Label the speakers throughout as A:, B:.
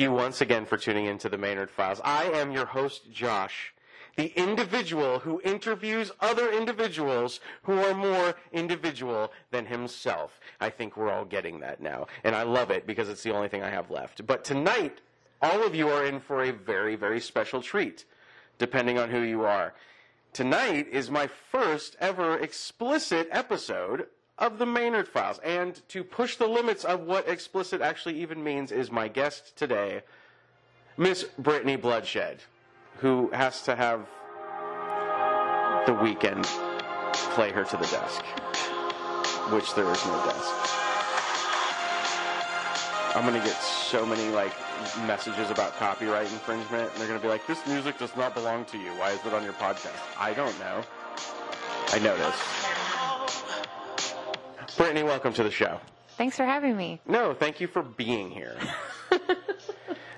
A: once again for tuning into the Maynard Files. I am your host, Josh, the individual who interviews other individuals who are more individual than himself. I think we're all getting that now, and I love it because it's the only thing I have left. But tonight, all of you are in for a very, very special treat, depending on who you are. Tonight is my first ever explicit episode of the Maynard Files. And to push the limits of what explicit actually even means is my guest today, Miss Brittany Bloodshed, who has to have the weekend play her to the desk, which there is no desk. I'm gonna get so many like messages about copyright infringement, and they're gonna be like, "This music does not belong to you. Why is it on your podcast?" I don't know. I noticed. Brittany, welcome to the show.
B: Thanks for having me.
A: No, thank you for being here.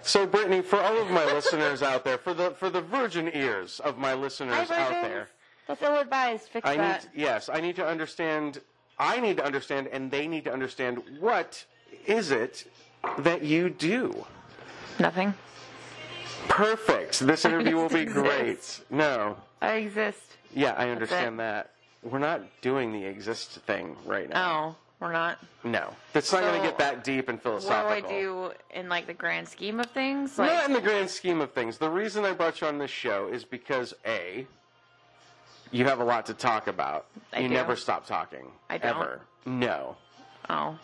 A: so, Brittany, for all of my listeners out there, for the for the virgin ears of my
B: Hi,
A: listeners out
B: virgins.
A: there,
B: That's ill advised. Fix
A: I
B: that.
A: need yes, I need to understand. I need to understand, and they need to understand what is it that you do.
B: Nothing.
A: Perfect. This interview will be great. No,
B: I exist.
A: yeah, I understand that. We're not doing the exist thing right now.
B: Oh, we're not.
A: No, it's not going to
B: So,
A: get that deep and
B: What do
A: philosophical.
B: I do in like the grand scheme of things? Like,
A: Not in the grand scheme of things. The reason I brought you on this show is because a, you have a lot to talk about.
B: I
A: you
B: do.
A: never stop talking.
B: I don't.
A: Ever. No.
B: oh,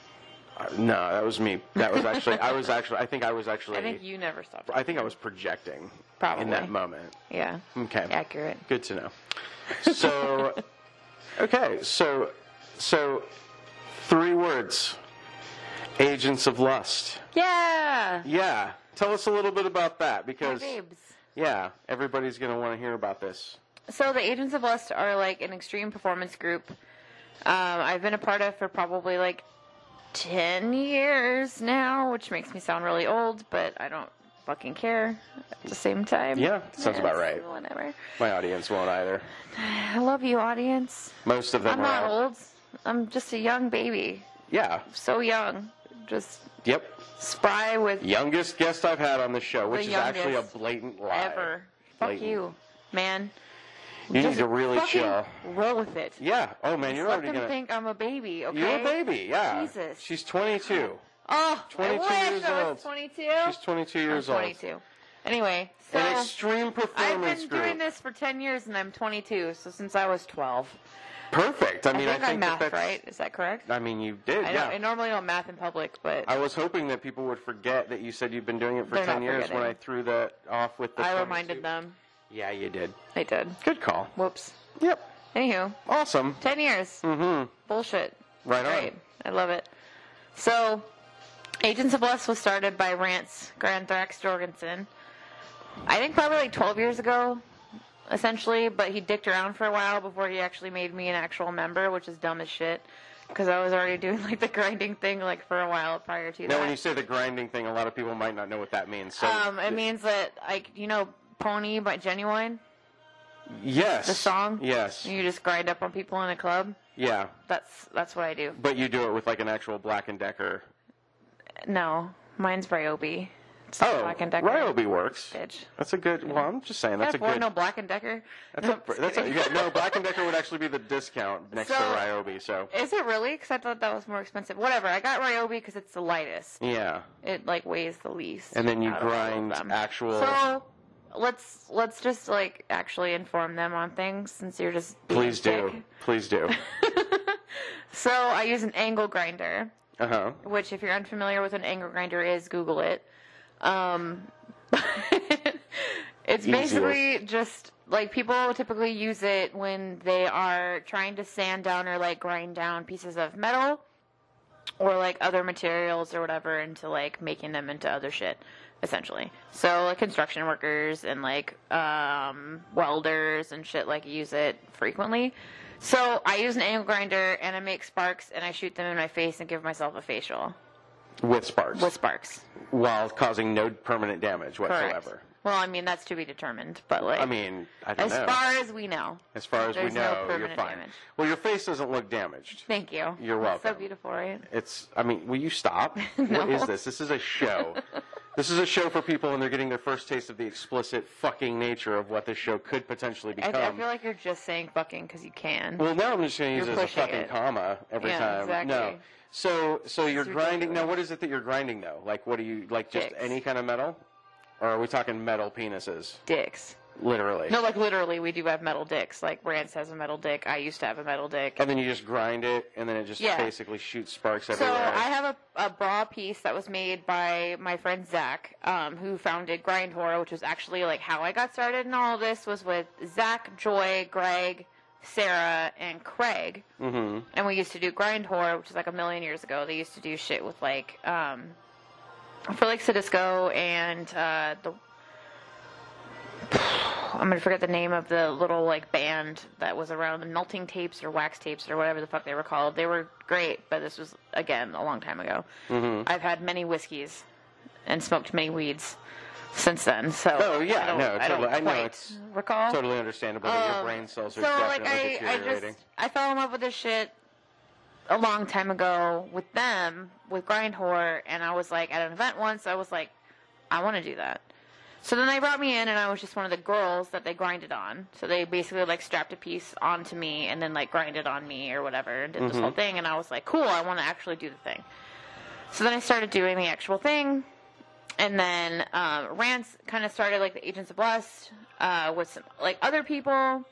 A: Uh, No, that was me. That was actually. I was actually. I think I was actually.
B: I think you never stop.
A: I think I was projecting. In
B: Probably.
A: that moment.
B: Yeah,
A: Okay.
B: accurate.
A: Good to know. So, okay. So, so three words. Agents of lust.
B: Yeah,
A: Yeah. Tell us a little bit about that
B: My
A: because.
B: babes.
A: Yeah, everybody's going to want to hear about this.
B: So the Agents of Lust are like an extreme performance group. Um, I've been a part of for probably like ten years now, which makes me sound really old, but I don't fucking care. At the same time,
A: Yeah, sounds about right.
B: Whatever.
A: My audience won't either.
B: I love you, audience.
A: Most of them
B: I'm
A: are.
B: not old. I'm just a young baby.
A: Yeah.
B: So young. Just
A: Yep.
B: spry with
A: Youngest guest I've had on the show, which is actually a
B: youngest
A: blatant lie.
B: ever. Fuck
A: Blatant.
B: you, man.
A: You
B: Just
A: need to really
B: fucking
A: chill.
B: Roll with it.
A: Yeah. Oh man, you're
B: Let
A: already
B: them
A: gonna.
B: think I'm a baby, okay?
A: You're a baby. Yeah.
B: Jesus.
A: She's 22.
B: Oh,
A: 22
B: I wish
A: years
B: I was
A: old.
B: 22.
A: She's 22 years
B: I'm
A: old.
B: 22. Anyway, so
A: An extreme
B: I've
A: performance
B: been
A: group.
B: doing this for 10 years and I'm 22, so since I was 12.
A: Perfect. I mean, I
B: I
A: think, that
B: math
A: that's.
B: right. Is that correct?
A: I mean, you did.
B: I,
A: yeah.
B: don't, I normally don't math in public, but
A: I was hoping that people would forget that you said you've been doing it for
B: They're
A: 10
B: not
A: years when
B: forgetting.
A: I threw that off with the.
B: I
A: 22.
B: reminded them.
A: Yeah, you did.
B: I did.
A: Good call.
B: Whoops.
A: Yep.
B: Anywho,
A: Awesome.
B: 10 years.
A: Mm-hmm.
B: Bullshit.
A: Right on.
B: Great. I love it. So, Agents of Lust was started by Rance Grandthrax Jorgensen. I think probably like 12 years ago, essentially, but he dicked around for a while before he actually made me an actual member, which is dumb as shit. Because I was already doing like the grinding thing like for a while prior to
A: Now,
B: that.
A: when you say the grinding thing, a lot of people might not know what that means. So,
B: um, it means that like you know Pony by Genuine,
A: yes,
B: the song.
A: Yes,
B: you just grind up on people in a club.
A: yeah,
B: That's that's what I do.
A: but you do it with like an actual Black and Decker.
B: No, mine's Ryobi. It's not
A: Oh,
B: Black and Decker.
A: Ryobi works.
B: Bitch.
A: That's a good. Well, I'm just saying that's a
B: Can I afford
A: good.
B: no Black and Decker.
A: that's
B: No,
A: a,
B: I'm just
A: that's a,
B: kidding.
A: yeah, no Black and Decker would actually be the discount next to
B: So-
A: Ryobi. So
B: Is it really? Because I thought that was more expensive. Whatever. I got Ryobi because it's the lightest.
A: yeah,
B: It like weighs the least.
A: and then you
B: out of all of
A: grind
B: them.
A: actual.
B: So let's let's just like actually inform them on things since you're just being
A: please
B: a
A: do,
B: dick.
A: please do.
B: So I use an angle grinder.
A: Uh huh.
B: which if you're unfamiliar with an angle grinder is google it um, it's
A: Easier.
B: basically just like people typically use it when they are trying to sand down or like grind down pieces of metal or like other materials or whatever into like making them into other shit essentially so like construction workers and like um, welders and shit like use it frequently so i use an angle grinder and i make sparks and i shoot them in my face and give myself a facial
A: With sparks,
B: with sparks
A: while causing no permanent damage whatsoever.
B: correct well i mean that's to be determined but like
A: I mean, I don't
B: as
A: know.
B: far as we know
A: as far as we
B: there's no
A: know, you're
B: permanent
A: fine.
B: damage.
A: Well, your face doesn't look damaged.
B: thank you
A: You're
B: That's so
A: welcome.
B: beautiful right
A: It's. I mean, will you stop? What is this? This is a show. This is a show for people, and they're getting their first taste of the explicit fucking nature of what this show could potentially
B: I,
A: become.
B: I feel like you're just saying fucking because you can.
A: Well, now I'm just going to use
B: You're
A: it as a
B: pushing
A: fucking
B: it.
A: comma every
B: Yeah,
A: time. No.
B: exactly.
A: So, so you're grinding.
B: ridiculous.
A: Now, what is it that you're grinding though? Like, what do you like? Just
B: Dicks.
A: any kind of metal, or are we talking metal penises?
B: dicks.
A: Literally.
B: No, like literally, we do have metal dicks. Like Rance has a metal dick. I used to have a metal dick.
A: And then you just grind it, and then it just
B: Yeah.
A: basically shoots sparks
B: So
A: everywhere.
B: I have a, a bra piece that was made by my friend Zach, um, who founded Grind Horror, which was actually like how I got started in all this was with Zach, Joy, Greg, Sarah, and Craig.
A: mm-hmm.
B: and we used to do grind horror, which is like a million years ago. They used to do shit with like um, Felix Disco and uh, the. I'm gonna forget the name of the little like band that was around the melting tapes or wax tapes or whatever the fuck they were called. They were great, but this was again a long time ago.
A: Mm-hmm.
B: I've had many whiskeys and smoked many weeds since then. So
A: Oh, yeah,
B: I don't,
A: no,
B: I don't
A: totally. I know,
B: quite
A: it's
B: recall
A: Totally understandable. that your
B: um,
A: brain cells are
B: so
A: definitely
B: like I, I
A: deteriorating.
B: just I fell in love with this shit a long time ago with them with grind horror, and I was like at an event once. I was like, I want to do that. So then they brought me in, and I was just one of the girls that they grinded on. So they basically like strapped a piece onto me, and then like grinded on me or whatever, and did
A: Mm-hmm.
B: this whole thing. And I was like, cool, I want to actually do the thing. So then I started doing the actual thing, and then um, Rance kind of started like the Agents of Lust uh, with some like other people,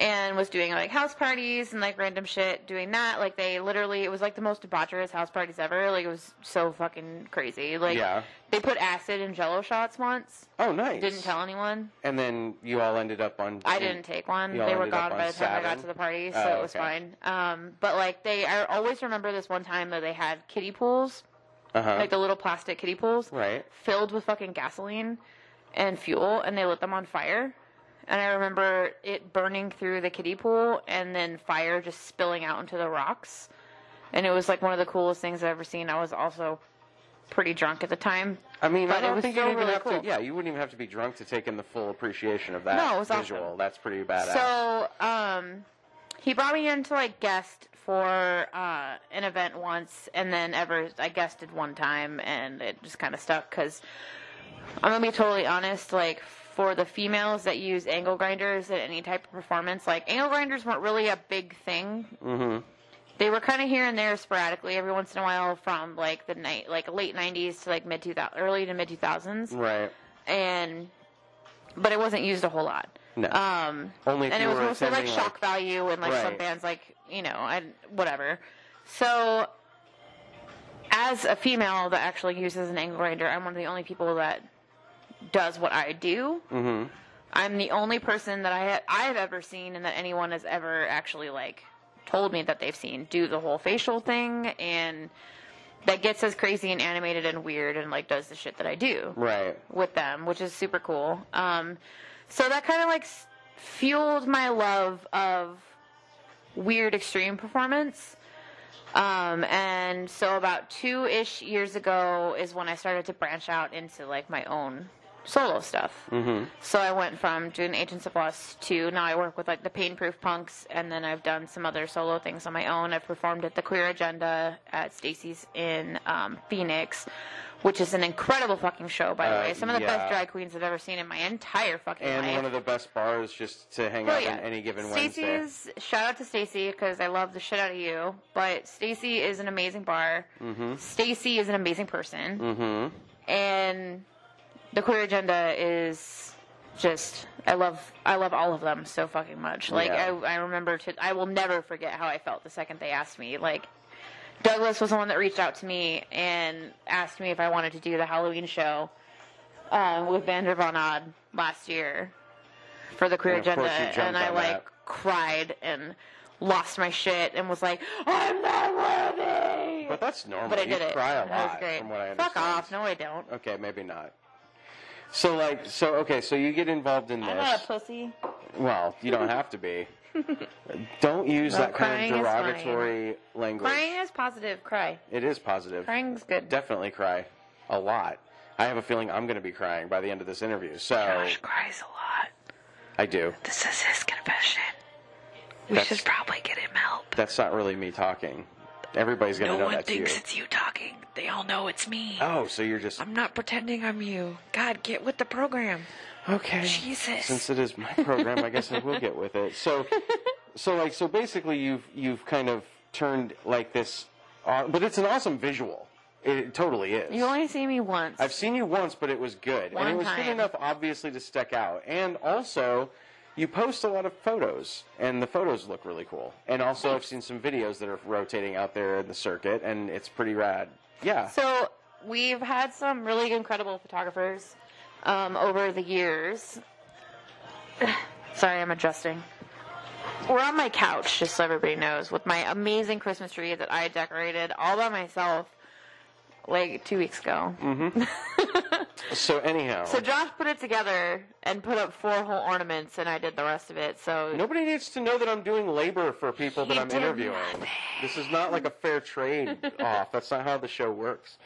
B: and was doing like house parties and like random shit. Doing that, like they literally, it was like the most debaucherous house parties ever. Like it was so fucking crazy. Like
A: Yeah.
B: they put acid in Jello shots once.
A: Oh, nice.
B: Didn't tell anyone.
A: And then you all ended up on.
B: I didn't take one.
A: Y'all
B: They were
A: ended up
B: gone
A: on
B: by the time I got
A: Saturn?
B: to the party, so
A: Oh,
B: it was
A: okay.
B: fine. Um, but like they, I always remember this one time that they had kiddie pools,
A: Uh-huh.
B: like the little plastic kiddie pools,
A: right.
B: filled with fucking gasoline and fuel, and they lit them on fire. And I remember it burning through the kiddie pool, and then fire just spilling out into the rocks. And it was like one of the coolest things I've ever seen. I was also pretty drunk at the time.
A: I mean,
B: But
A: I
B: it
A: don't
B: was
A: think
B: still
A: you'd even
B: really
A: have
B: cool.
A: to. Yeah, you wouldn't even have to be drunk to take in the full appreciation of that
B: No, it was awesome.
A: visual. That's pretty badass.
B: So, um, he brought me in to like guest for uh, an event once, and then ever I guested one time, and it just kind of stuck because I'm gonna be totally honest. Like for the females that use angle grinders at any type of performance, like angle grinders weren't really a big thing.
A: Mhm.
B: They were kind of here and there sporadically every once in a while from like the night, like late '90s to like mid 2000, early to mid 2000s,
A: right.
B: and but it wasn't used a whole lot.
A: No.
B: Um,
A: Only if
B: and
A: you
B: it was
A: were
B: mostly like
A: attending,
B: shock value and like some
A: Right.
B: bands like you know and whatever. So, as a female that actually uses an angle grinder, I'm one of the only people that does what I do.
A: Mhm.
B: I'm the only person that I ha- I've ever seen and that anyone has ever actually like told me that they've seen do the whole facial thing and that gets as crazy and animated and weird and like does the shit that I do
A: Right.
B: with them, which is super cool. Um, so that kind of like s- fueled my love of weird extreme performance. Um, and so about two ish years ago is when I started to branch out into like my own solo stuff.
A: Mhm.
B: So I went from doing Agents of Lust to now I work with like the Pain Proof Punks, and then I've done some other solo things on my own. I've performed at the Queer Agenda at Stacy's in um, Phoenix, which is an incredible fucking show, by
A: Uh,
B: the way. Some of the
A: yeah.
B: best drag queens I've ever seen in my entire fucking
A: And
B: life.
A: one of the best bars just to hang
B: Oh,
A: out
B: yeah.
A: on any given Wednesday.
B: Stacy's shout out to Stacy because I love the shit out of you, but Stacy is an amazing bar.
A: Mhm.
B: Stacy is an amazing person
A: Mhm.
B: and the queer agenda is just I love I love all of them so fucking much. Like
A: Yeah.
B: I I remember to I will never forget how I felt the second they asked me. Like Douglas was the one that reached out to me and asked me if I wanted to do the Halloween show um, with Vander Von Odd last year for the queer
A: And of
B: agenda,
A: course you jumped
B: and I
A: on
B: like
A: that.
B: cried and lost my shit and was like, I'm not worthy.
A: But that's normal.
B: But I did
A: you
B: it.
A: cry a lot,
B: that was great.
A: from what I understand.
B: Fuck off! No, I don't.
A: Okay, maybe not. So like, so okay, so you get involved in this.
B: I'm not a pussy.
A: Well, you don't have to be. don't use
B: Well,
A: that kind
B: crying
A: of
B: is
A: derogatory language.
B: Crying is positive. Cry.
A: It is positive.
B: Crying's good.
A: Definitely cry a lot. I have a feeling I'm going to be crying by the end of this interview. So
B: cries a lot.
A: I do.
B: This is his confession. We
A: That's- should
B: probably get him help.
A: That's not really me talking. Everybody's gonna
C: No
A: know
C: one
A: that's you.
C: thinks it's you talking. They all know it's me.
A: Oh, so you're just
C: I'm not pretending I'm you. God, get with the program.
A: okay.
C: Jesus.
A: Since it is my program, I guess I will get with it. So, so like, so basically, you've you've kind of turned like this, uh, but it's an awesome visual. It, totally is.
B: You only see me once.
A: I've seen you once, but it was good, and
B: One
A: it was good
B: time.
A: enough, obviously, to stick out. And also, you post a lot of photos, and the photos look really cool. And also, I've seen some videos that are rotating out there in the circuit, and it's pretty rad. Yeah.
B: So we've had some really incredible photographers um, over the years. Sorry, I'm adjusting. We're on my couch, just so everybody knows, with my amazing Christmas tree that I decorated all by myself like two weeks ago.
A: So anyhow,
B: So Josh put it together and put up four whole ornaments, and I did the rest of it. So
A: Nobody needs to know that I'm doing labor for people that
C: You
A: I'm
C: did
A: interviewing.
C: nothing.
A: This is not like a fair trade off. That's not how the show works.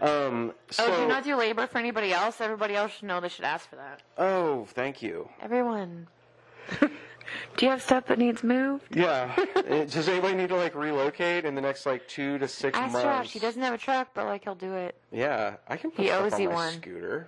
A: Um, so,
B: oh, do not do labor for anybody else. Everybody else should know they should ask for that.
A: oh, thank you.
B: Everyone. do you have stuff that needs moved?
A: Yeah. Uh, Does anybody need to like relocate in the next like two to six
B: Ask
A: months?
B: Josh. He doesn't have a truck, but like he'll do it.
A: Yeah, I can put
B: He
A: stuff
B: owes
A: on
B: you
A: my
B: one.
A: scooter.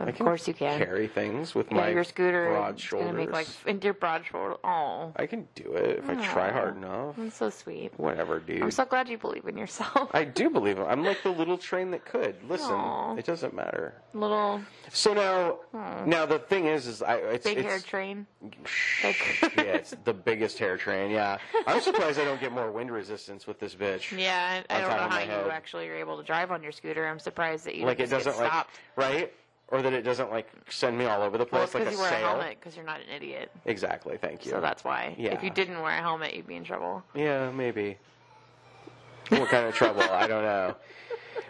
B: Of
A: I can
B: course you can.
A: carry things with
B: Yeah,
A: my
B: your scooter
A: broad
B: is gonna
A: shoulders.
B: make like into your broad shoulder. Oh,
A: I can do it if I try
B: Aw.
A: hard enough.
B: that's so sweet.
A: Whatever, dude.
B: I'm so glad you believe in yourself.
A: I do believe it. I'm like the little train that could. Listen,
B: Aw.
A: it doesn't matter.
B: Little
A: So now, now the thing is, is I it's,
B: Hmm. big hair
A: it's
B: train.
A: yeah, it's the biggest hair train. Yeah, I'm surprised I don't get more wind resistance with this bitch.
B: Yeah, I, I
A: On
B: don't know
A: top of
B: how
A: my
B: you
A: head.
B: actually are able to drive on your scooter. I'm surprised that you
A: Like it
B: didn't just
A: doesn't like
B: get stopped.
A: right, or that it doesn't like send me all over the
B: Well,
A: place
B: it's because
A: like a
B: you wear
A: sail.
B: a helmet because you're not an idiot.
A: Exactly. Thank you.
B: So that's why.
A: Yeah.
B: If you didn't wear a helmet, you'd be in trouble.
A: Yeah, maybe. What kind of trouble? I don't know.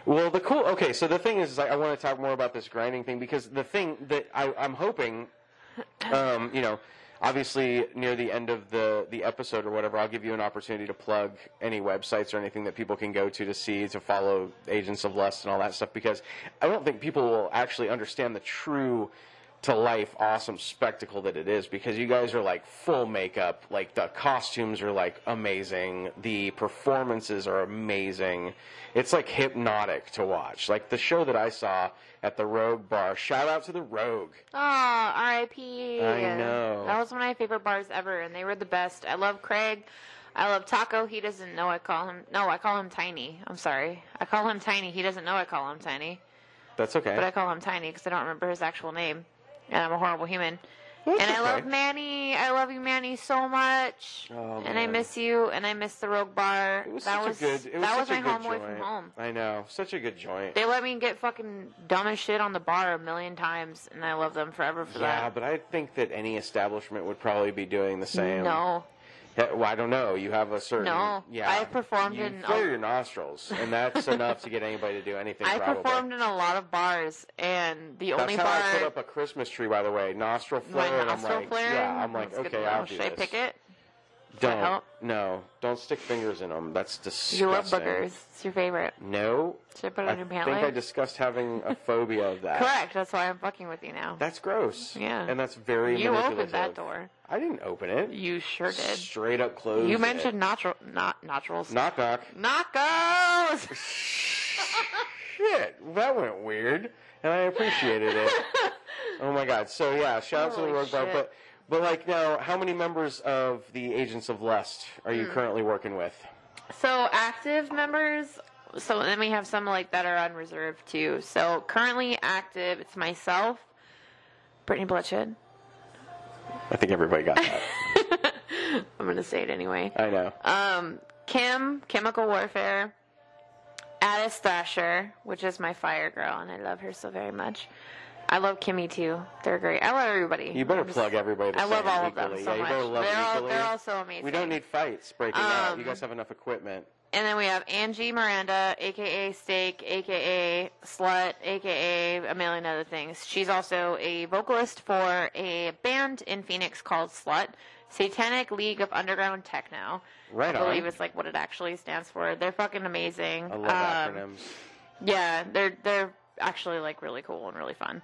A: Well, the cool. Okay, so the thing is, is I, I want to talk more about this grinding thing because the thing that I, I'm hoping, um, you know, obviously near the end of the the episode or whatever, I'll give you an opportunity to plug any websites or anything that people can go to to see to follow Agents of Lust and all that stuff because I don't think people will actually understand the true to life awesome spectacle that it is because you guys are like full makeup like the costumes are like amazing the performances are amazing it's like hypnotic to watch like the show that i saw at the rogue bar shout out to the rogue
B: Oh, R.I.P.
A: I know.
B: That was one of my favorite bars ever, and they were the best. I love Craig. I love Taco. He doesn't know I call him. No, I call him Tiny. I'm sorry. I call him Tiny. He doesn't know I call him Tiny,
A: that's okay
B: but I call him Tiny because I don't remember his actual name, and I'm a horrible human.
A: That's
B: and I
A: okay.
B: love Manny. I love you, Manny, so much.
A: Oh,
B: and I
A: man.
B: miss you, and I miss the Rogue Bar.
A: it was
B: that
A: such a
B: was
A: good it was
B: that was
A: such
B: my
A: a good
B: home away
A: joint.
B: from home.
A: i know such a good joint
B: They let me get fucking dumb as shit on the bar a million times, and I love them forever for
A: yeah
B: that.
A: but i think that any establishment would probably be doing the same
B: No.
A: Yeah, well, I don't know. You have a certain.
B: No.
A: yeah.
B: I've performed
A: you
B: in-
A: Clear your nostrils, and that's enough to get anybody to do anything.
B: I
A: probably.
B: performed in a lot of bars, and the
A: That's
B: only
A: how
B: bar
A: I put up a Christmas tree, by the way. Nostril
B: my
A: flare. and I'm
B: nostril
A: like,
B: flaring.
A: Yeah, I'm like,
B: that's good
A: okay,
B: to know.
A: I'll do
B: Should
A: this.
B: I pick it?
A: Don't.
B: help?
A: No, don't stick fingers in them. That's disgusting.
B: You love boogers. It's your favorite.
A: No.
B: Should I put it
A: I
B: on your
A: think
B: pant
A: I
B: leg?
A: discussed having a phobia of that.
B: Correct. That's why I'm fucking with you now.
A: That's gross.
B: Yeah.
A: And that's very
B: you opened
A: manipulative.
B: that door.
A: I didn't open it.
B: You sure did.
A: Straight up closed.
B: You
A: it.
B: mentioned natural, not naturals.
A: Knock knock.
B: Knockos.
A: Shit, that went weird, and I appreciated it. oh my god! So yeah, shout out to the
B: Holy
A: Rogue Bar,
B: shit.
A: but but like now, how many members of the Agents of Lust are
B: Hmm.
A: you currently working with?
B: So active members. So then we have some like that are on reserve too. So currently active, it's myself, Brittany Bloodshed.
A: I think everybody got that.
B: I'm gonna say it anyway.
A: I know.
B: um, Kim, Chemical Warfare, Addis Thrasher, which is my fire girl, and I love her so very much. I love Kimmy too. They're great. I love everybody.
A: You better
B: I'm just-
A: plug everybody. The
B: I love
A: same
B: all of
A: equally.
B: them so
A: yeah, you
B: much.
A: better love
B: they're,
A: them
B: all,
A: equally.
B: they're all so amazing.
A: We don't need fights breaking out. You
B: Um,
A: guys have enough equipment.
B: And then we have Angie Miranda, aka Steak, aka Slut, aka a million other things. She's also a vocalist for a band in Phoenix called Slut, Satanic League of Underground Techno.
A: Right
B: I believe
A: on.
B: it's like what it actually stands for. They're fucking amazing.
A: I love
B: Um,
A: acronyms.
B: yeah, they're they're actually like really cool and really fun.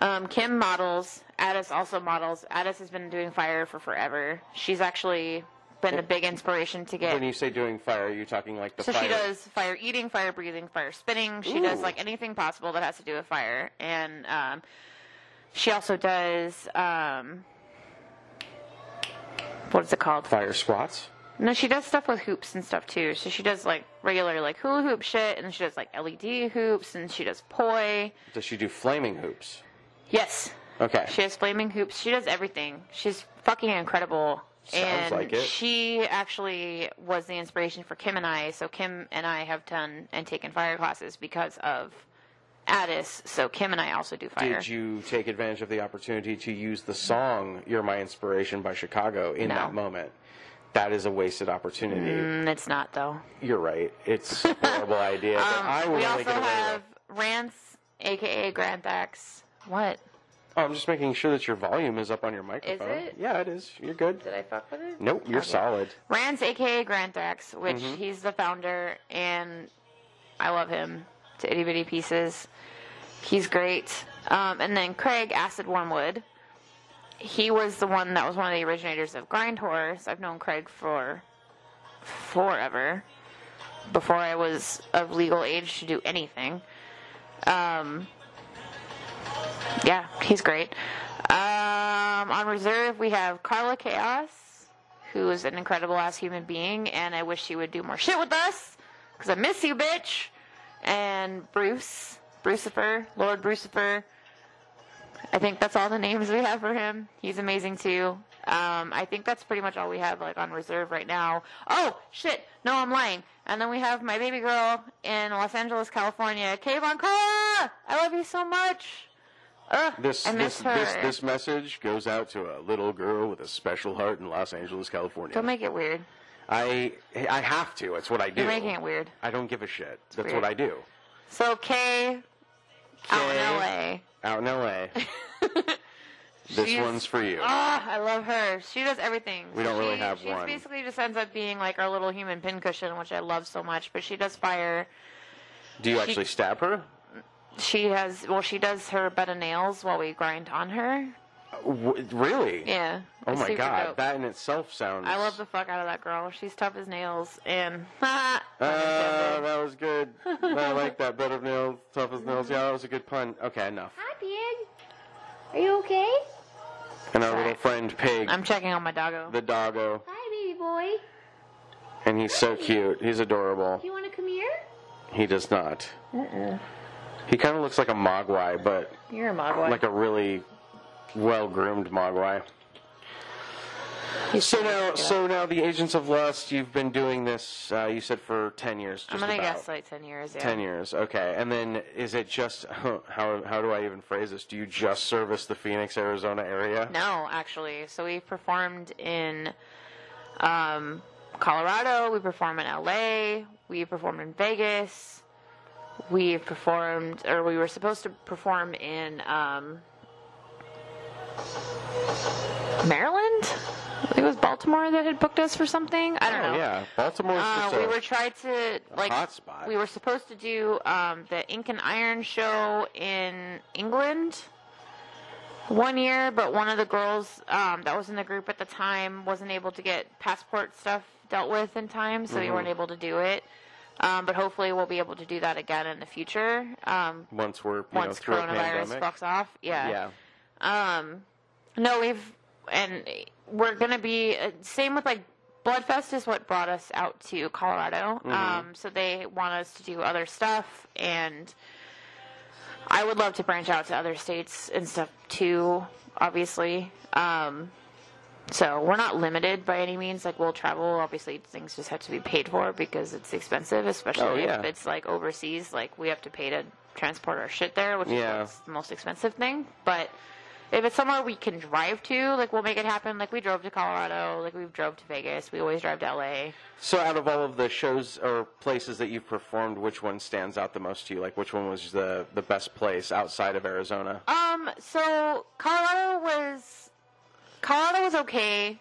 B: Um, Kim models. Addis also models. Addis has been doing fire for forever. She's actually been a big inspiration to get.
A: When you say doing fire, are you talking like the
B: So
A: fire?
B: she does fire eating, fire breathing, fire spinning. She does
A: Ooh.
B: like anything possible that has to do with fire, and um, she also does um, what is it called?
A: fire squats.
B: No, she does stuff with hoops and stuff too. So she does like regular like hula hoop shit, and she does like LED hoops, and she does poi.
A: Does she do flaming hoops?
B: Yes,
A: Okay.
B: she has flaming hoops. She does everything. She's fucking incredible.
A: Sounds
B: and
A: like it.
B: she actually was the inspiration for Kim and I. So Kim and I have done and taken fire classes because of Addis. So Kim and I also do fire.
A: Did you take advantage of the opportunity to use the song "You're My Inspiration" by Chicago in
B: No.
A: that moment? That is a wasted opportunity.
B: Mm, it's not though.
A: You're right. It's a horrible idea. but I would
B: Um,
A: only
B: we also
A: get away with-
B: have Rance, aka Grandbax. What?
A: Oh, I'm just making sure that your volume is up on your microphone.
B: it?
A: Yeah, it is. You're good.
B: Did I fuck with it?
A: Nope, you're solid.
B: Rance, aka Grantax, which he's the founder, and I love him to itty bitty pieces. He's great. Um, and then Craig Acid Wormwood. He was the one that was one of the originators of Grind Horror. So I've known Craig for forever, before I was of legal age to do anything. Um, yeah, he's great. Um, on reserve, we have Carla Chaos, who is an incredible ass human being, and I wish she would do more shit with us, because I miss you, bitch. And Bruce, Brucifer, Lord Brucifer. I think that's all the names we have for him. He's amazing too. Um, I think that's pretty much all we have like on reserve right now. Oh shit! No, I'm lying. And then we have my baby girl in Los Angeles, California, Kayvon Carla. I love you so much. Ugh,
A: This
B: I
A: this,
B: miss her.
A: this this message goes out to a little girl with a special heart in Los Angeles, California.
B: Don't make it weird.
A: I I have to. It's what I do.
B: You're making it weird.
A: I don't give a shit. That's
B: weird.
A: what I do.
B: So Kay, out in
A: Kay.
B: L.A.
A: Out in LA. this
B: She's-
A: one's for you.
B: Ah, I love her. She does everything.
A: We don't
B: She-
A: really have
B: she's
A: one.
B: basically just ends up being like our little human pincushion, which I love so much. But she does fire.
A: do you actually stab her?
B: She has well, she does her bed of nails while we grind on her.
A: W- really?
B: Yeah.
A: Oh
B: It's
A: my
B: super
A: god,
B: dope.
A: that in itself sounds. Uh,
B: I love the fuck out of that girl. She's tough as nails, and ha,
A: Uh, that was good. I like that. Bed of nails, tough as nails. Yeah, that was a good pun. Okay, enough.
D: Hi, Pig. Are you okay?
A: And our little friend Pig,
B: I'm checking on my doggo.
A: the doggo,
D: Hi, baby boy.
A: and he's so cute. He's adorable.
D: Do you want to come here?
A: He does not.
B: Uh-uh.
A: He kind of looks like a mogwai, but
B: You're a mogwai.
A: like a really well-groomed mogwai.
B: He's
A: So
B: so
A: now,
B: cute.
A: so now, the Agents of Lust. You've been doing this. Uh, you said for ten years. Just
B: I'm gonna
A: about.
B: guess like ten years. Yeah.
A: Ten years, okay. And then is it just how how do I even phrase this? Do you just service the Phoenix, Arizona area?
B: No, actually. So we performed in um, Colorado. We perform in LA. We performed in Vegas. We performed, or we were supposed to perform in um, Maryland. I think it was Baltimore that had booked us for something. I don't
A: Oh
B: know.
A: yeah, Baltimore's
B: Uh,
A: just a
B: we were trying to like
A: hot spot.
B: we were supposed to do um, the Ink and Iron show in England one year, but one of the girls um, that was in the group at the time wasn't able to get passport stuff dealt with in time, so
A: Mm-hmm.
B: we weren't able to do it. Um, but hopefully, we'll be able to do that again in the future um,
A: once we're you know,
B: once
A: through a
B: coronavirus
A: pandemic.
B: fucks off.
A: yeah,
B: Um, no, we've and we're gonna be uh, same with like Bloodfest is what brought us out to Colorado.
A: Mm-hmm.
B: Um, so they want us to do other stuff, and I would love to branch out to other states and stuff too. Obviously, um, so we're not limited by any means. Like we'll travel. Obviously, things just have to be paid for because it's expensive, especially
A: Oh, yeah.
B: if it's like overseas. Like we have to pay to transport our shit there, which
A: Yeah.
B: is what's the most expensive thing. But if it's somewhere we can drive to, like we'll make it happen. Like we drove to Colorado. Like we've drove to Vegas. We always drive to LA.
A: So out of all of the shows or places that you've performed, which one stands out the most to you? Like which one was the the best place outside of Arizona?
B: Um, so Colorado was Colorado was okay.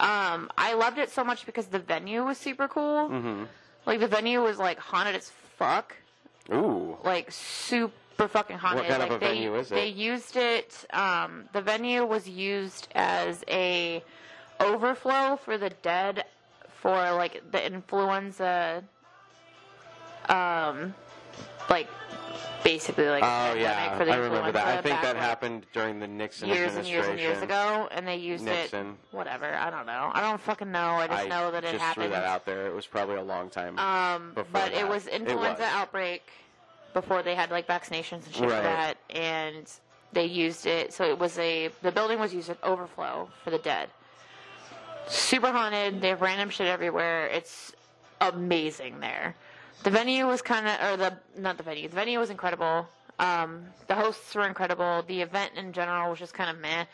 B: Um, I loved it so much because the venue was super cool. Mm-hmm. Like the venue was like haunted as fuck,
A: Ooh,
B: like super fucking haunted.
A: kind of
B: like
A: a
B: they,
A: venue is it?
B: They used it. Um, the venue was used as a overflow for the dead for like the influenza um like basically like
A: Oh
B: pandemic
A: yeah, I remember that. I
B: influenza
A: think
B: back,
A: that
B: like,
A: happened during the Nixon
B: years and
A: administration.
B: years and years ago and they used it
A: Nixon.
B: whatever i don't know i don't fucking know i just
A: I
B: know that it
A: just
B: happened
A: threw that out there. It was probably a long time.
B: um
A: before
B: but
A: that.
B: it was
A: It
B: influenza
A: was.
B: outbreak before they had like vaccinations and shit
A: Right.
B: like that and they used it so it was a the building was used as overflow for the dead super haunted they have random shit everywhere it's amazing there the venue was kind of or the not the venue the venue was incredible um, the hosts were incredible the event in general was just kind of meh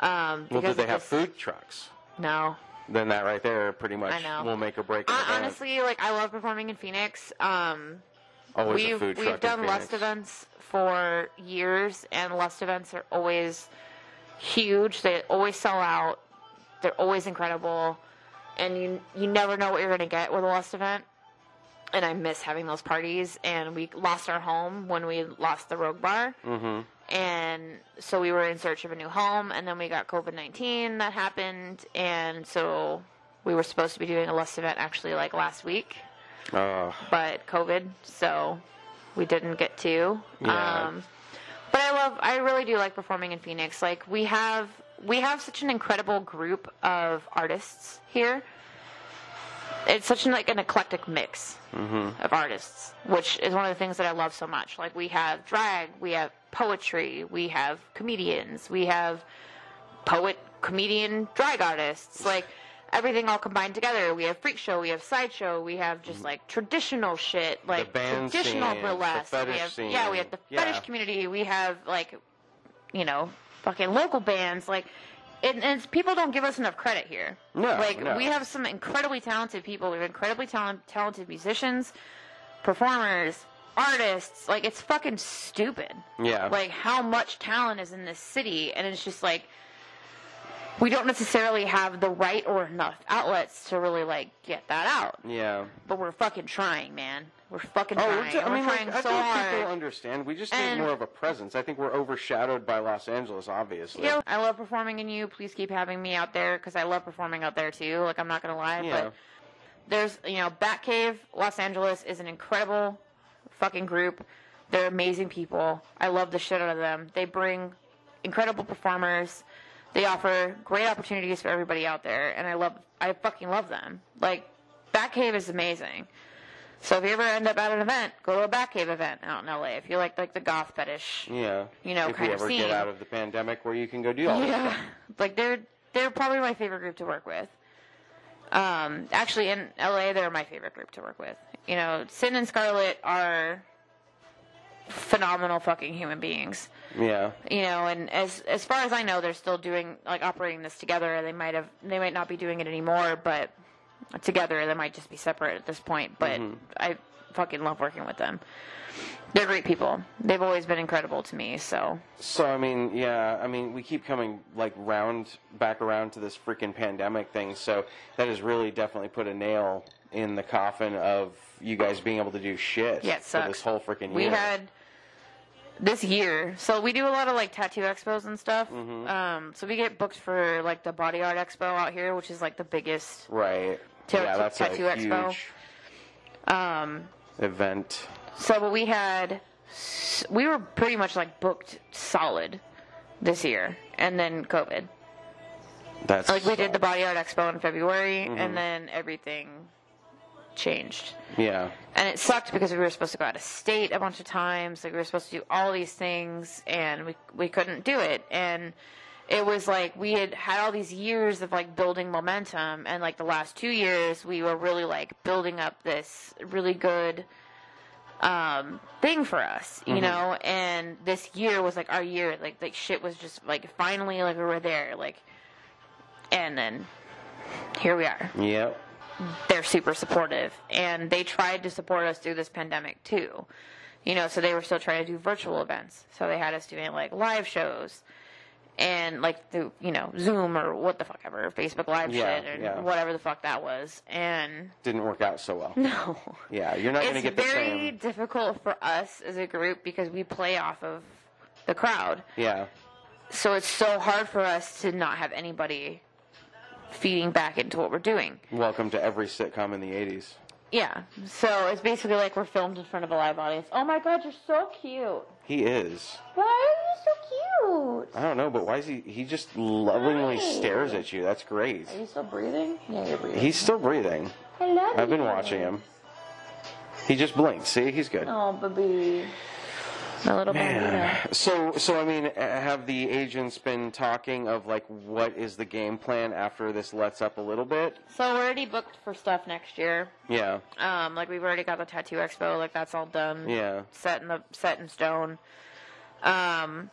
B: um,
A: well,
B: because
A: did they
B: it
A: have
B: was-
A: food trucks?
B: no
A: Then that right there pretty much
B: I know.
A: will make or break. an
B: I,
A: event.
B: honestly like i love performing in phoenix um,
A: always a
B: we've
A: food
B: we've
A: truck
B: done
A: in
B: lust
A: Phoenix.
B: events for years, and lust events are always huge. They always sell out. They're always incredible, and you you never know what you're gonna get with a lust event. And I miss having those parties. And we lost our home when we lost the Rogue Bar,
A: Mm-hmm.
B: and so we were in search of a new home. And then we got COVID nineteen that happened, and so we were supposed to be doing a lust event actually like last week
A: Oh,
B: but COVID, so we didn't get to.
A: Yeah.
B: Um, but I love, I really do like performing in Phoenix. Like we have, we have such an incredible group of artists here. It's such an, like an eclectic mix of artists, which is one of the things that I love so much. Like we have drag, we have poetry, we have comedians, we have poet, comedian, drag artists, like everything all combined together. We have freak show, we have sideshow, we have just like traditional shit, like
A: Mm. band
B: traditional
A: scene, the
B: burlesque. we
A: fetish
B: have, Yeah,
A: scene,
B: we have the
A: yeah.
B: fetish community. We have like, you know, fucking local bands, like. And, and it's- people don't give us enough credit here.
A: No,
B: like
A: no.
B: we have some incredibly talented people. We have incredibly talent, talented musicians, performers, artists. Like it's fucking stupid
A: yeah.
B: like how much talent is in this city and it's just like we don't necessarily have the right or enough outlets to really like get that out
A: yeah.
B: but we're fucking trying man we're fucking
A: Oh,
B: trying
A: we're, ju- I
B: we're
A: mean,
B: trying
A: like, I
B: so
A: think
B: hard
A: people understand. We just
B: And-
A: need more of a presence. I think we're overshadowed by Los Angeles, obviously.
B: you know, I love performing in you. Please keep having me out there because I love performing out there too. Like I'm not gonna lie,
A: Yeah.
B: but there's you know Batcave, Los Angeles is an incredible fucking group. They're amazing people. I love the shit out of them. They bring incredible performers. They offer great opportunities for everybody out there, and I love I fucking love them. Like Batcave is amazing. So if you ever end up at an event, go to a Batcave event out in LA. If you like like the goth fetish
A: Yeah.
B: You know,
A: if
B: kind
A: we
B: of
A: ever
B: scene.
A: get out of the pandemic where you can go do all this
B: yeah.
A: stuff.
B: Like they're they're probably my favorite group to work with. Um, actually, in LA, they're my favorite group to work with. You know, Sin and Scarlet are phenomenal fucking human beings.
A: Yeah.
B: You know, and as as far as I know, they're still doing like operating this together. They might have they might not be doing it anymore, but together they might just be separate at this point. But I fucking love working with them. They're great people. They've always been incredible to me. So
A: So I mean, yeah, I mean, we keep coming like round back around to this freaking pandemic thing. So that has really definitely put a nail in the coffin of you guys being able to do shit
B: Yeah, it
A: for
B: sucks.
A: this whole freaking year.
B: we had this year so we do a lot of like tattoo expos and stuff um, so we get booked for like the body art expo out here which is like the biggest
A: right.
B: Ta-
A: yeah, that's
B: Tattoo
A: a
B: Expo. Um,
A: huge event.
B: so but we had s- we were pretty much like booked solid this year and then covid
A: That's
B: like we did the body art expo in february and then everything changed
A: yeah,
B: and it sucked because we were supposed to go out of state a bunch of times like we were supposed to do all these things and we we couldn't do it and it was like we had had all these years of like building momentum and like the last 2 years we were really like building up this really good um thing for us you know and this year was like our year like like shit was just like finally like we were there like and then here we are
A: yep,
B: they're super supportive and they tried to support us through this pandemic too you know so they were still trying to do virtual events so they had us doing like live shows and like through you know zoom or what the fuck ever facebook live
A: Yeah,
B: shit and
A: yeah.
B: whatever the fuck that was and
A: didn't work out so well. No, yeah, you're not going to
B: it's
A: get the
B: very
A: same.
B: difficult for us as a group because we play off of the crowd
A: Yeah,
B: so it's so hard for us to not have anybody feeding back into what we're doing.
A: Welcome to every sitcom in the 80s.
B: Yeah. So it's basically like we're filmed in front of a live audience. Oh my god, you're so cute.
A: He is.
D: Why are you so cute?
A: I don't know, but why is he? He just lovingly stares at you. That's great.
B: Are you still breathing? Yeah, you're breathing.
A: He's still breathing.
D: I love
A: I've been
D: you.
A: watching him. He just blinked. See, he's good.
B: Oh, baby. My little baby.
A: Man. So, so I mean, uh, have the agents been talking of like what is the game plan after this lets up a little bit?
B: So we're already booked for stuff next year.
A: Yeah,
B: Um, like we've already got the tattoo expo. Like that's all done.
A: yeah.
B: Set in the set in stone. Um,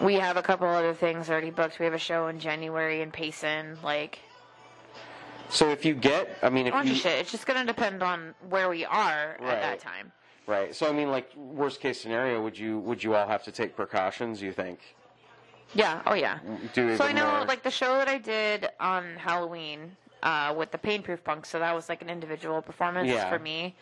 B: we have a couple other things already booked. We have a show in January in Payson. Like
A: So if you get, I mean,
B: a bunch of
A: if you,
B: shit. It's just gonna depend on where we are
A: Mm. Right.
B: at that time.
A: right. So I mean, like worst case scenario, would you would you all have to take precautions? You think?
B: Yeah. Oh yeah.
A: Do
B: So I
A: even
B: know,
A: more-
B: like the show that I did on Halloween uh, with the Pain Proof Punks. So that was like an individual performance
A: Yeah.
B: for me.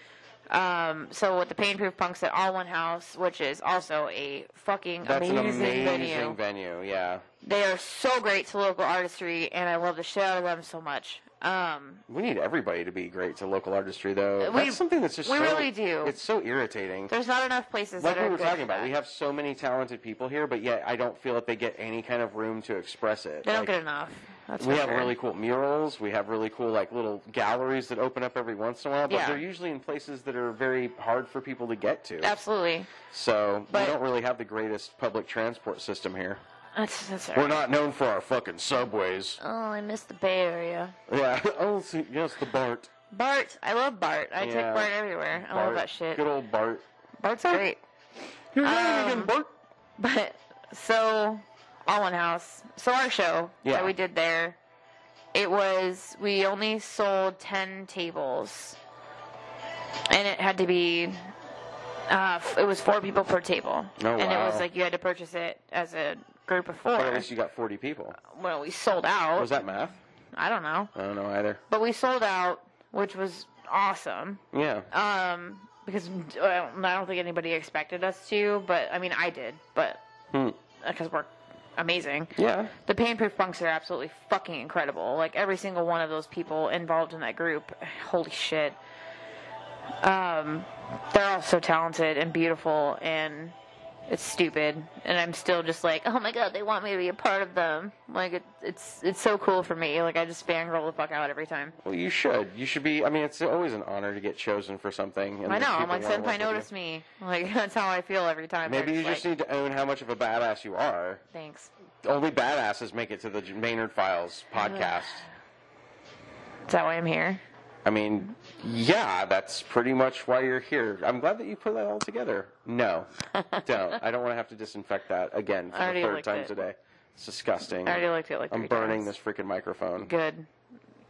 B: Um, so with the Pain Proof Punks at All One House, which is also a fucking
A: that's
B: amazing,
A: an amazing
B: venue.
A: venue. Yeah.
B: They are so great to local artistry, and I love the shit out of them so much. Um,
A: We need everybody to be great to local artistry, though.
B: Uh, We-
A: that's something that's just
B: we
A: so-
B: really do.
A: It's so irritating.
B: there's not enough places
A: Like
B: that are
A: we were
B: good
A: talking
B: for
A: about,
B: that.
A: we have so many talented people here, but yet I don't feel that they get any kind of room to express it.
B: they don't
A: Like,
B: get enough. That's
A: we
B: for
A: have
B: sure.
A: really cool murals. We have really cool like little galleries that open up every once in a while, but
B: Yeah.
A: they're usually in places that are very hard for people to get to.
B: absolutely.
A: So we
B: But-
A: don't really have the greatest public transport system here.
B: That's that's all
A: We're
B: right.
A: not known for our fucking subways.
B: Oh, I miss the Bay Area.
A: Yeah. oh, see, yes, the BART.
B: Bart, I love Bart. I
A: Yeah.
B: take Bart everywhere. I love
A: BART.
B: that shit.
A: Good old BART.
B: Bart's great.
A: You're
B: Um,
A: again, BART.
B: But so, all one house. So our show
A: Yeah.
B: that we did there, it was we only sold ten tables, and it had to be. Uh, f- it was four people per table,
A: Oh,
B: and it was
A: wow.
B: like you had to purchase it as a group of
A: But at
B: four.
A: least you got 40 people.
B: Well, we sold out.
A: Was that math?
B: I don't know,
A: I don't know either.
B: but we sold out, which was awesome.
A: Yeah.
B: Um, because I don't, I don't think anybody expected us to, but I mean I did, but
A: Hmm.
B: because we're amazing.
A: Yeah.
B: The Pain Proof Punks are absolutely fucking incredible. Like every single one of those people involved in that group, holy shit. Um, they're all so talented and beautiful, and it's stupid. And I'm still just like, oh my god, they want me to be a part of them. Like it, it's it's so cool for me. Like I just fangirl the fuck out every time.
A: Well, you should. You should be. I mean, it's always an honor to get chosen for something. and
B: I
A: that
B: know. I'm
A: people
B: like,
A: wanna
B: senpai
A: work with you.
B: noticed me. Like that's how I feel every time.
A: Maybe
B: They're
A: you just
B: like,
A: need to own how much of a badass you are.
B: thanks.
A: Only badasses make it to the J- Maynard Files podcast.
B: Is that why I'm here?
A: I mean, yeah, that's pretty much why you're here. I'm glad that you put that all together. No, don't. I don't want to have to disinfect that again for
B: I
A: the
B: already
A: third
B: licked
A: time
B: it.
A: today. It's disgusting.
B: I already looked at it like
A: I'm
B: three
A: burning this
B: times.
A: freaking microphone.
B: Good.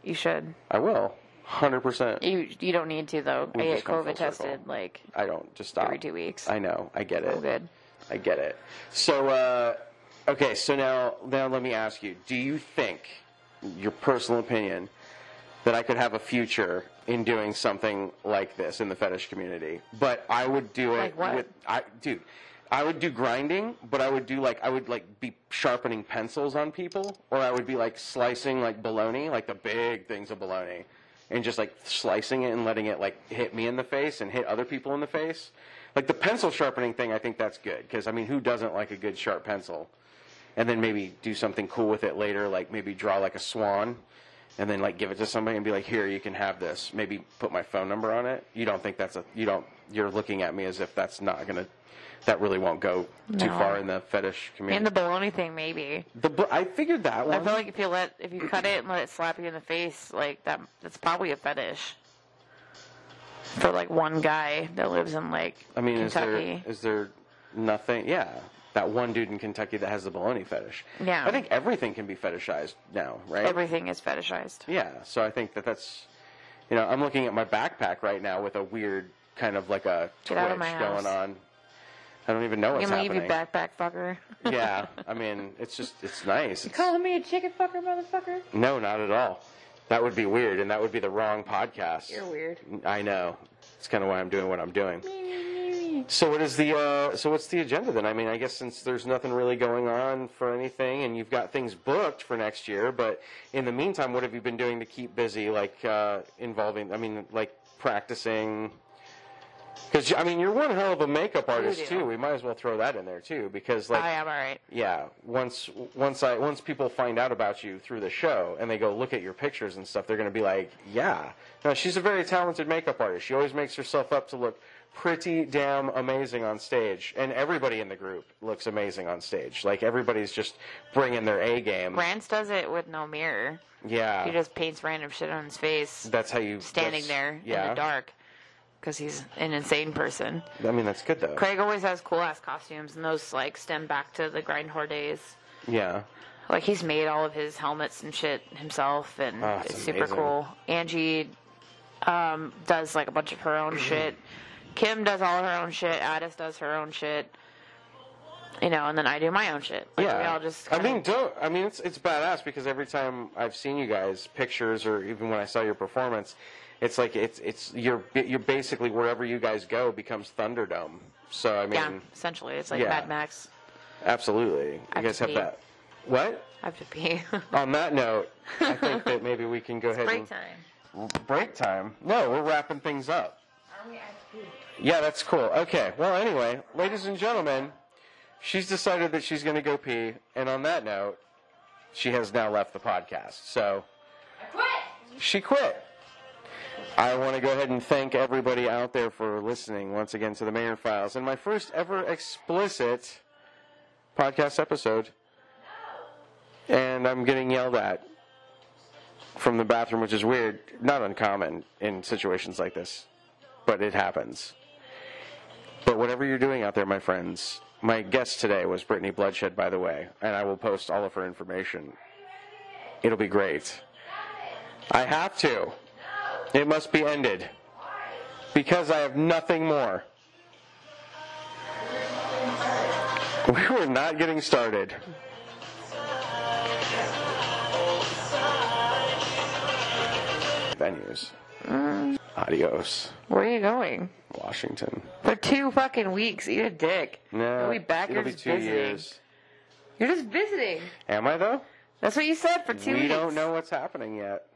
B: You should.
A: I will. 100%.
B: You you don't need to though.
A: We've
B: I get
A: just come full
B: COVID tested
A: circle.
B: like
A: I don't. Just stop.
B: every two weeks.
A: I know. I get it.
B: so good.
A: I get it. So, uh, okay, so now, now let me ask you: Do you think, your personal opinion, that I could have a future in doing something like this in the fetish community? But I would do it
B: Like what?
A: with, I, dude, I would do grinding, but I would do like I would like be sharpening pencils on people, or I would be like slicing like bologna, like the big things of bologna. And just like slicing it and letting it like hit me in the face and hit other people in the face, like the pencil sharpening thing. I think that's good because I mean, who doesn't like a good sharp pencil? and then maybe do something cool with it later, like maybe draw like a swan, and then like give it to somebody and be like, "Here, you can have this." Maybe put my phone number on it. You don't think that's a you don't you're looking at me as if that's not gonna that really won't go too
B: No.
A: far in the fetish
B: And the
A: community.
B: baloney thing maybe.
A: the, bu- I figured that
B: I
A: one.
B: feel like if you let if you cut it and let it slap you in the face, like that that's probably a fetish. For like one guy that lives in like
A: I mean,
B: Kentucky.
A: is there is there nothing? Yeah, that one dude in Kentucky that has the bologna fetish.
B: Yeah.
A: I think everything can be fetishized now, right?
B: Everything is fetishized.
A: Yeah, so I think that that's, you know, I'm looking at my backpack right now with a weird kind of like a
B: Get
A: twitch
B: out of my house.
A: going on. I don't even know what's
B: I'm gonna leave
A: happening.
B: you backpack fucker.
A: yeah, I mean, it's just it's nice. It's-
B: Calling me a chicken fucker, motherfucker.
A: no, not at all. That would be weird, and that would be the wrong podcast.
B: You're weird.
A: I know. It's kind of why I'm doing what I'm doing. So what is the uh, so what's the agenda then? I mean, I guess since there's nothing really going on for anything, and you've got things booked for next year, but in the meantime, what have you been doing to keep busy? Like uh, involving, I mean, like practicing. Because I mean, you're one hell of a makeup artist
B: do.
A: too. We might as well throw that in there too, because like
B: I am all right.
A: yeah once once i once people find out about you through the show and they go look at your pictures and stuff they're going to be like yeah no she's a very talented makeup artist she always makes herself up to look pretty damn amazing on stage and everybody in the group looks amazing on stage like everybody's just bringing their a game
B: Rance does it with no mirror.
A: yeah
B: He just paints random shit on his face,
A: that's how you
B: standing
A: that's-
B: there in
A: yeah
B: the dark, because he's an insane person.
A: i mean that's good though
B: Craig always has cool ass costumes, and those like stem back to the grindcore days.
A: yeah
B: Like he's made all of his helmets and shit himself, and
A: Oh, that's
B: it's super
A: amazing.
B: cool. Angie um, does like a bunch of her
A: Mm-hmm.
B: own shit. Kim does all her own shit. Addis does her own shit. You know, and then I do my own shit. Like,
A: yeah,
B: we all just.
A: I
B: kinda-
A: mean, don't. I mean, it's it's badass because every time I've seen you guys pictures or even when I saw your performance, it's like it's it's you're you're basically wherever you guys go becomes Thunderdome. So I mean,
B: yeah, essentially, it's like
A: Yeah.
B: Mad Max.
A: absolutely, you
B: have
A: guys
B: to
A: have
B: pee.
A: that. What?
B: I have to pee.
A: On that note, I think that maybe we can go ahead
B: Break
A: and
B: time.
A: break time. No, we're wrapping things up. Yeah, that's cool. Okay. Well, anyway, ladies and gentlemen, she's decided that she's going to go pee, and on that note, she has now left the podcast. So she quit. I want to go ahead and thank everybody out there for listening once again to the Mayor Files and my first ever explicit podcast episode. And I'm getting yelled at from the bathroom, which is weird, not uncommon in situations like this, but it happens. But whatever you're doing out there, my friends, my guest today was Brittany Bloodshed, by the way, and I will post all of her information. It'll be great. I have to. It must be ended. Because I have nothing more. We were not getting started. Venues. Adios,
B: Where are you going?
A: Washington.
B: For two fucking weeks, eat a dick.
A: No,
B: You'll be back.
A: it'll
B: You're
A: be
B: just
A: two
B: visiting.
A: years.
B: You're just visiting.
A: Am I though?
B: That's what you said for two
A: we
B: weeks.
A: don't know what's happening yet.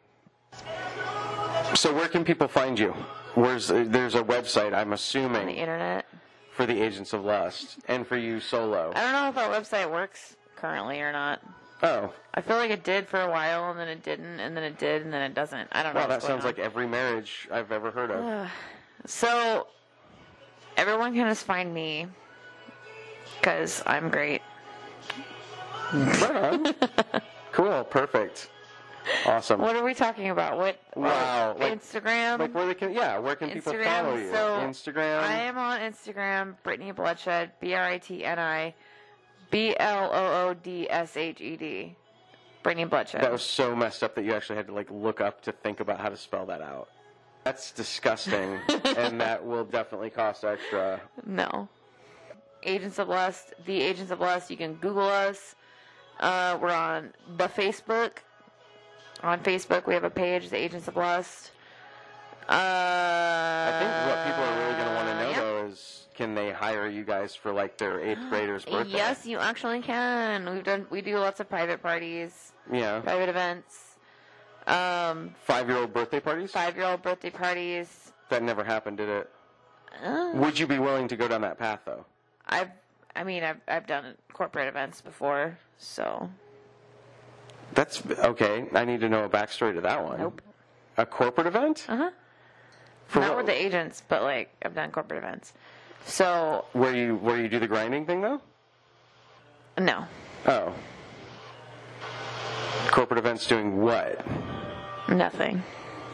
A: So where can people find you? Where's uh, there's a website I'm
B: On the
A: assuming
B: internet.
A: for the Agents of Lust and for you solo.
B: I don't know if our website works currently or not.
A: Oh,
B: I feel like it did for a while, and then it didn't, and then it did, and then it doesn't. I don't know.
A: wow, that
B: what's going
A: sounds like
B: on.
A: every marriage I've ever heard of.
B: So, everyone can just find me because I'm great.
A: Right on. cool, perfect, awesome.
B: What are we talking about? What?
A: Wow,
B: what-
A: like-
B: Instagram.
A: like um, where they can yeah, where can people
B: Instagram,
A: follow you?
B: so
A: Instagram.
B: I am on Instagram, Brittany Bloodshed, B R I T N I B L O O D S H E D. Brittany Bloodshed.
A: That was so messed up that you actually had to like look up to think about how to spell that out. That's disgusting, and that will definitely cost extra.
B: No. Agents of Lust, the Agents of Lust. You can Google us. Uh, we're on the Facebook. On Facebook, we have a page, the Agents of Lust. Uh,
A: I think what people are really going to want to know
B: yeah.
A: though is can they hire you guys for like their eighth graders' birthday?
B: Yes, you actually can. We've done. We do lots of private parties,
A: Yeah.
B: private events, um,
A: Five year old birthday parties?
B: five-year-old birthday parties.
A: That never happened, did it?
B: Uh,
A: Would you be willing to go down that path though?
B: I've. I mean, I've I've done corporate events before, so
A: That's okay. I need to know a backstory to that one.
B: Nope.
A: A corporate event?
B: Uh huh.
A: For
B: Not
A: what-
B: with the agents, but like I've done corporate events. So
A: Where you where you do the grinding thing though?
B: no,
A: Oh. Corporate events doing what?
B: nothing.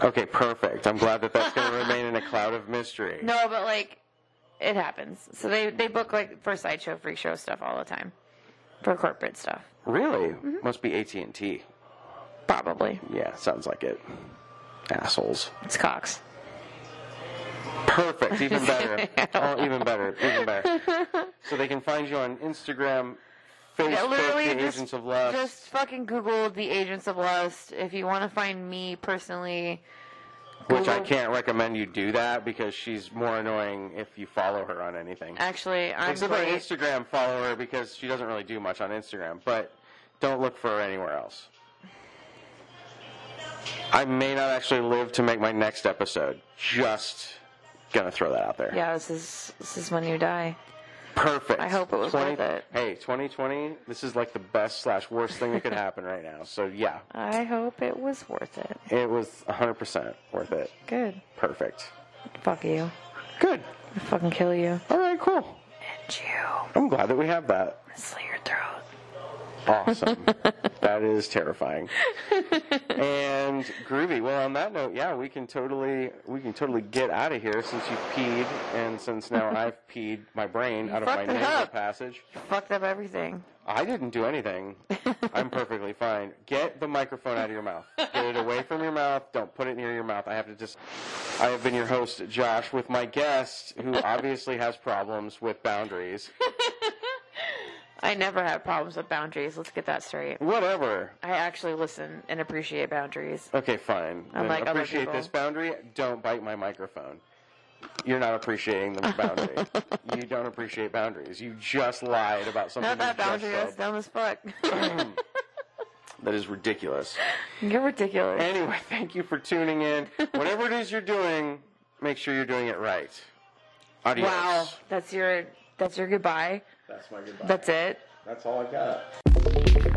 A: Okay, perfect. I'm glad that that's going to remain in a cloud of mystery.
B: No, but like it happens. So they they book like for sideshow, freak show stuff all the time, for corporate stuff
A: Really?
B: Mm-hmm.
A: Must be AT and T.
B: probably.
A: Yeah, sounds like it. Assholes.
B: It's Cox.
A: Perfect. Even better. oh, even better. Even better. So they can find you on Instagram, Facebook,
B: Yeah, literally
A: the
B: just-
A: Agents of Lust.
B: Just fucking Google the agents of lust if you want to find me personally.
A: Which I
B: Google-
A: can't recommend you do that because she's more annoying if you follow her on anything.
B: Actually, I'm
A: Except for
B: great.
A: Instagram, follow her because she doesn't really do much on Instagram. But don't look for her anywhere else. I may not actually live to make my next episode. Just gonna throw that out there.
B: Yeah, this is this is when you die.
A: Perfect.
B: I hope it was worth it.
A: Hey, 2020. This is like the best slash worst thing that could happen right now. So yeah,
B: I hope it was worth it.
A: it was 100% worth it.
B: Good.
A: Perfect.
B: Fuck you.
A: Good.
B: I'll fucking kill you.
A: All right. Cool.
C: And you
A: I'm glad that we have that.
C: slit your throat.
A: Awesome. that is terrifying. and groovy. Well, on that note, yeah, we can totally we can totally get out of here since you peed and since now I've peed my brain out of my
B: fucked it
A: nasal
B: up.
A: passage.
B: Fucked up everything.
A: I didn't do anything. I'm perfectly fine. Get the microphone out of your mouth. Get it away from your mouth. Don't put it near your mouth. I have to just. I have been your host, Josh, with my guest, who obviously has problems with boundaries.
B: I never had problems with boundaries. Let's get that straight.
A: Whatever.
B: I actually listen and appreciate boundaries.
A: Okay, fine. Then
B: Unlike other
A: appreciate
B: people.
A: this boundary. Don't bite my microphone. You're not appreciating the boundary. you don't appreciate boundaries. You just lied about something you
B: Not that
A: just
B: boundary. That's
A: said.
B: dumb as fuck.
A: that is ridiculous.
B: You're ridiculous.
A: Anyway, thank you for tuning in. Whatever it is you're doing, make sure you're doing it right. Adios.
B: Wow. That's your that's your goodbye.
A: That's my goodbye.
B: That's it.
A: That's all I got.